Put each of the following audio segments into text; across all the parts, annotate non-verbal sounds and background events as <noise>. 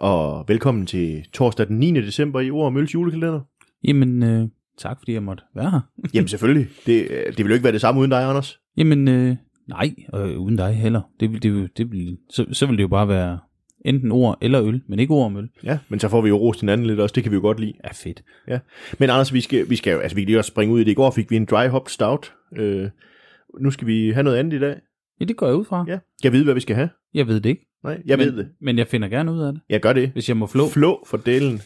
og velkommen til torsdag den 9. december i Ord og Mølles julekalender. Jamen, øh, tak fordi jeg måtte være her. Jamen selvfølgelig, det, øh, det vil jo ikke være det samme uden dig, Anders. Jamen, øh, nej, øh, uden dig heller. Det, vil- det, vil- det, vil, så, så vil det jo bare være enten ord eller øl, men ikke ord om øl. Ja, men så får vi jo rost hinanden lidt også, det kan vi jo godt lide. Ja, fedt. Ja. Men Anders, vi skal, vi skal jo, altså vi kan lige også springe ud i det. I går fik vi en dry hop stout. Øh, nu skal vi have noget andet i dag. Ja, det går jeg ud fra. Ja. Skal jeg vide, hvad vi skal have? Jeg ved det ikke. Nej, jeg men, ved det. Men jeg finder gerne ud af det, Jeg gør det. hvis jeg må flå. Flå for delen.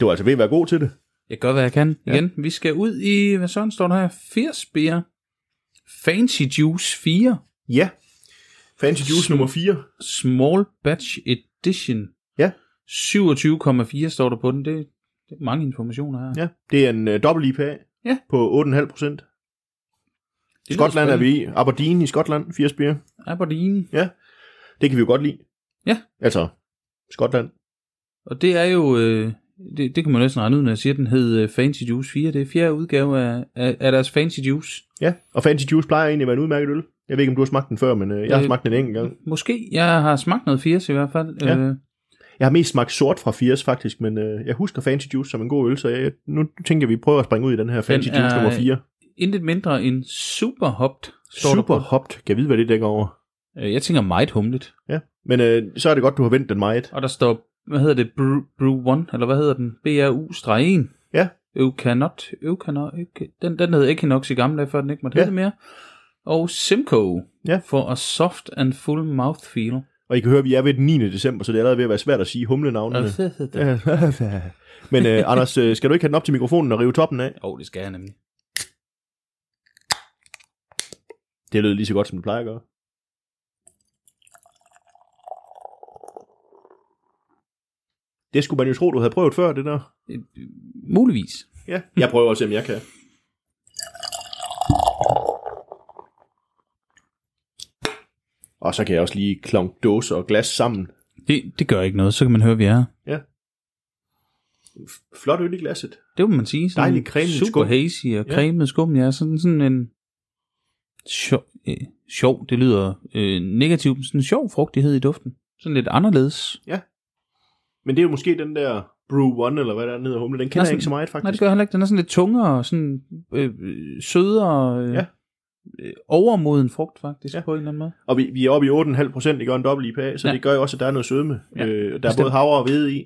Du har altså ved at være god til det. Jeg gør, hvad jeg kan. Igen, vi skal ud i, hvad sådan står der her? 80 beer. Fancy Juice 4. Ja. Fancy Juice nummer 4. Small Batch Edition. Ja. 27,4 står der på den. Det, det er mange informationer her. Ja. Det er en uh, dobbelt IPA Ja. på 8,5 procent. Det lyder Skotland er vi i. Aberdeen i Skotland, 80 bier. spændende. Aberdeen. Det kan vi jo godt lide. Ja. Altså, Skotland. Og det er jo, øh, det, det kan man næsten regne ud, når jeg siger, at den hed øh, Fancy Juice 4. Det er fjerde udgave af, af, af deres Fancy Juice. Ja, og Fancy Juice plejer egentlig at være en udmærket øl. Jeg ved ikke, om du har smagt den før, men øh, jeg har Øh, smagt den en enkelt gang. Måske, jeg har smagt noget 80 i hvert fald. Ja. Øh, Jeg har mest smagt sort fra 80 faktisk, men øh, jeg husker Fancy Juice som en god øl, så jeg, nu tænker jeg, vi prøver at springe ud i den her Fancy Den Juice er nummer 4. intet mindre end super hopped. Står Super Der hopped. Kan jeg vide, hvad det dækker over? på. Øh, Jeg tænker meget humlet. Ja, men øh, så er det godt, du har vendt den meget. Og der står, hvad hedder det, Brew, brew 1, eller hvad hedder den? BRU-1. Ja. Eukanot, Eukanot, Euka- den, den hed Equinox i gamle dage, før den ikke måtte Ja. ja. hedde mere. Og Simcoe Ja. for a soft and full mouthfeel. Og I kan høre, at vi er ved den 9. december, så det er allerede ved at være svært at sige humlenavnene. Åh, Ja. <laughs> men øh, Anders, øh, skal du ikke have den op til mikrofonen og rive toppen af? oh, det skal jeg nemlig. Det lød lige så godt, som det plejer at gøre. Det skulle man jo tro, du havde prøvet før, det der. Øh, Muligvis. Ja, jeg prøver at se, om jeg kan. Og så kan jeg også lige klonke dåser og glas sammen. Det, det gør ikke noget, så kan man høre, vi er her. Flot øl i glasset. Det må man sige. Sådan Dejlig cremet Super skum. hazy og Ja. cremet skum, ja. Sådan, sådan en sjov, øh, sjov, det lyder øh, negativt, men sådan en sjov frugtighed i duften. Sådan lidt anderledes. Men det er jo måske den der Brew One, eller hvad der er nede af humle. Den kender Nej, jeg sådan- ikke så meget, Nej, det faktisk. gør jeg heller ikke. Den er sådan lidt tungere og sådan øh, øh, sødere. Øh, Ja. øh, overmoden frugt, faktisk, Ja. ja. på en eller anden måde. Og vi, vi er oppe i 8,5 procent, det gør en dobbelt IPA, så ja. Ja. det gør jo også, at der er noget sødme. Ja. Ja, Øh, der er bestemt. både havre og hvede i.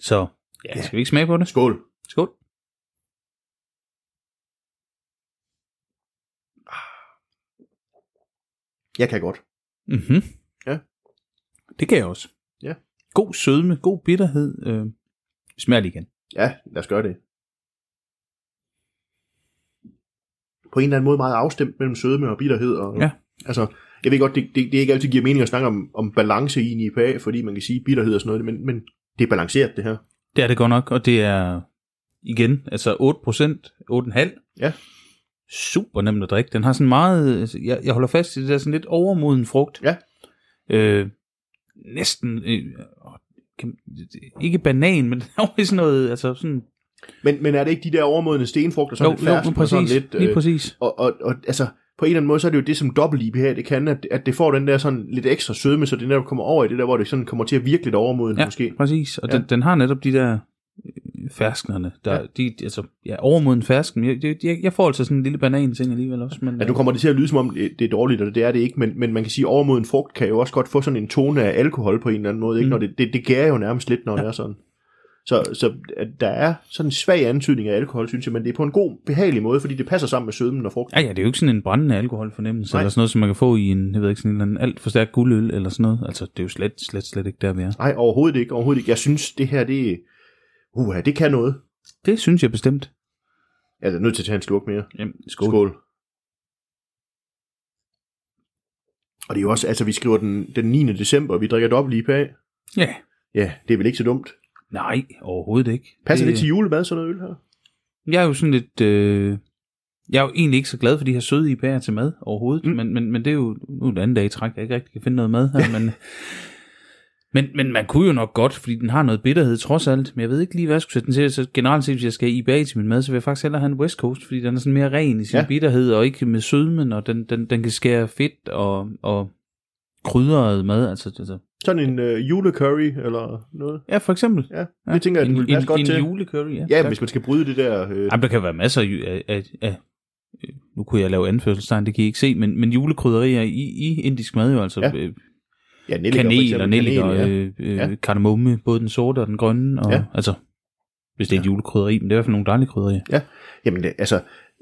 Så, Ja. ja, skal vi ikke smage på det? Skål. Skål. Jeg kan godt. Mm-hmm. Ja. Det kan jeg også. Ja. God sødme, god bitterhed. Øh, smager lige igen. Ja, lad os gøre det. På en eller anden måde meget afstemt mellem sødme og bitterhed. Og, Ja. Altså, jeg ved godt, det, det, det ikke altid giver mening at snakke om, om balance i en IPA, fordi man kan sige bitterhed og sådan noget, men, men det er balanceret det her. Det er det godt nok, og det er igen, altså 8%, 8,5%. Ja. Super nemt at drikke. Den har sådan meget, altså, jeg, jeg holder fast i det der sådan lidt overmoden frugt. Ja. Øh, næsten, øh, åh, kan, ikke banan, men <laughs> over i sådan noget, altså sådan, Men, men er det ikke de der overmodende stenfrugter, sådan jo, lidt jo, fersken men og sådan præcis, lidt... øh, lidt, lige præcis. og, og, og altså, på en eller anden måde, så er det jo det, som dobbelt IPA det kan, at, at det får den der sådan lidt ekstra sødme, så det netop kommer over i det der, hvor det sådan kommer til at virke lidt overmodent Ja, måske. præcis. Og Ja. ja. den, den har netop de der øh, fersknerne, der, Ja. ja. de, altså, ja, overmoden fersken. Jeg, jeg- jeg, jeg får altså sådan en lille banan ting alligevel også, men øh, Ja, nu kommer det til at lyde som om det, det er dårligt, og det er det ikke, men, men man kan sige, at overmoden frugt kan jo også godt få sådan en tone af alkohol på en eller anden måde, ikke? Mm. Når det, det, det gærer jo nærmest lidt, når ja. det er sådan. Så, så at der er sådan en svag antydning af alkohol, synes jeg, men det er på en god, behagelig måde, fordi det passer sammen med sødmen og frugten. Ja, ja, det er jo ikke sådan en brændende alkoholfornemmelse, Nej. Nej. eller sådan noget, som man kan få i en, jeg ved ikke, sådan en eller anden alt for stærk guldøl, eller sådan noget. Altså, det er jo slet, slet, slet ikke der, vi er. Nej, overhovedet ikke, overhovedet ikke. Jeg synes, det her, det, uh, det kan noget. Det synes jeg bestemt. Jeg er nødt til at tage en slurk mere. Jamen, skål. Skål. skål. Skål. Og det er jo også, altså vi skriver den, den 9. december, og vi drikker dobbelt IPA. Ja. Ja, det er vel ikke så dumt. Nej, overhovedet ikke. Passer det, det til julemad, sådan noget øl her? Jeg er jo sådan lidt... Øh, jeg er jo egentlig ikke så glad for de her søde IPA'er til mad overhovedet, Mm. mm. men, men, men det er jo nu er det anden dag i træk, jeg ikke rigtig kan finde noget mad her, <laughs> men, men, men man kunne jo nok godt, fordi den har noget bitterhed trods alt, men jeg ved ikke lige, hvad jeg skulle sætte den til. Så generelt set, hvis jeg skal have IPA til min mad, så vil jeg faktisk hellere have en West Coast, fordi den er sådan mere ren i sin Ja. ja. bitterhed, og ikke med sødmen, og den, den, den kan skære fedt og, og krydret mad. Altså, altså, Sådan en øh, julecurry eller noget. ja, for eksempel. Ja, Ja, det tænker jeg, den en, vil passe en, godt en til. julecurry, ja. Ja, tak. hvis man skal bryde det der... Øh, Jamen, der kan være masser af, ju- af, af, af øh, nu kunne jeg lave anførselstegn, det kan I ikke se, men, men julekrydderier i, i indisk mad jo, altså Ja. ja. ja, nelliker, for kanel eksempel. og nellik og ja. øh, øh, Ja. kardemomme, både den sorte og den grønne, og Ja. ja. altså, hvis det er et julekrydderi, men det er i hvert fald nogle dejlige krydderier. Jamen, det, altså,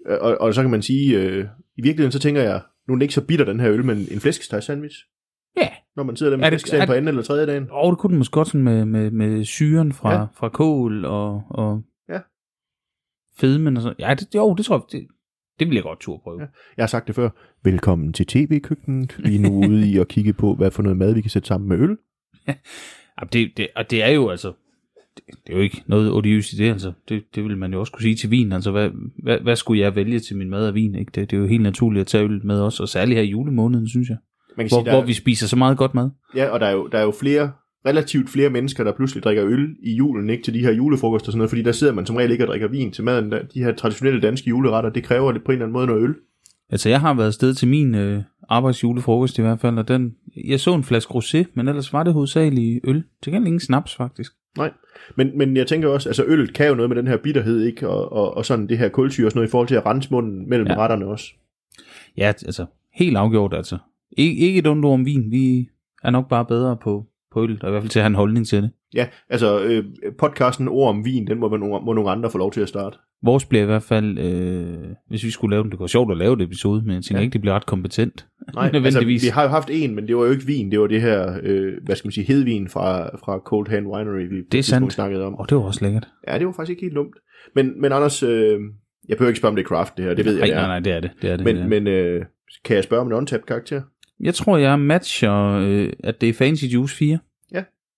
øh, og, og så kan man sige, øh, i virkeligheden så tænker jeg, nu er den ikke så bitter, den her øl, men en flæskesteg sandwich, Ja, når man sidder der med Er det- flæskesteg er- på anden eller tredje dagen. og det kunne den måske godt sådan med, med, med syren fra, Ja. ja. fra kål og, og Ja. fedmen og sådan. Ja, det, jo, det tror jeg, det, det vil jeg godt turde prøve. Ja. Jeg har sagt det før. Velkommen til tv-køkkenet. Vi er nu ude i at kigge på, hvad for noget mad, vi kan sætte sammen med øl. Jamen, det, det, og det er jo altså, det, det er jo ikke noget odiøst i det, altså. Det, det vil man jo også kunne sige til vin, altså, hvad, hvad, hvad skulle jeg vælge til min mad af vin, ikke? Det, det er jo helt naturligt at tage øl med også, og særligt her i julemåneden, synes jeg. Man kan Hvor, sige, der, hvor vi spiser så meget godt mad. Ja, og der er jo, der er jo flere, relativt flere mennesker, der pludselig drikker øl i julen, ikke til de her julefrokoster og sådan noget, fordi der sidder man som regel ikke og drikker vin til maden. Der- De her traditionelle danske juleretter, det kræver lidt på en eller anden måde noget øl. Altså, jeg har været afsted til min øh, arbejdsjulefrokost i hvert fald, og den, jeg så en flaske rosé, men ellers var det hovedsageligt øl. Til gengæld ingen snaps, faktisk. Nej, men, men jeg tænker også, altså øl kan jo noget med den her bitterhed, ikke? Og, og, og sådan det her kulsyre og sådan noget i forhold til at rense munden mellem ja. Ja. retterne også. Ja, altså, helt afgjort, altså. Ik- ikke et ondt ord om vin, vi er nok bare bedre på, på øl, og i hvert fald til at have en holdning til det. Ja, altså øh, podcasten Ord om vin, den må, man, må nogle andre få lov til at <laughs> starte. Vores bliver i hvert fald, øh, hvis vi skulle lave den, det kunne være sjovt at lave det episode, men jeg tænker Ja. ja. ikke, det bliver ret kompetent. Nej, altså, Nødvendigvis. vi har jo haft en, men det var jo ikke vin, det var det her, øh, hvad skal man sige, hedvin fra, fra Cold Hand Winery, vi på et Det er tidspunkt sandt. snakkede om. Og det var også lækkert. Ja, det var faktisk ikke helt dumt. Men, men Anders, øh, jeg behøver ikke spørge, om det er craft, det her. Det ved jeg, nej, det er. nej, nej, det er det. det, er det, det er. Men, det. men øh, kan jeg spørge om en untapped karakter? Jeg tror, jeg matcher, øh, at det er Fancy Juice 4.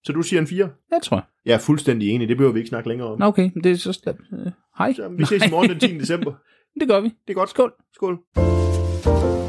Så du siger en 4? Jeg tror jeg. Jeg er fuldstændig enig. Det behøver vi ikke snakke længere om. Nå, okay, det er så slet. Øh, hej. <laughs> Så vi ses i morgen den 10. december. Det gør vi. Det er godt. Skål. Skål. Skål.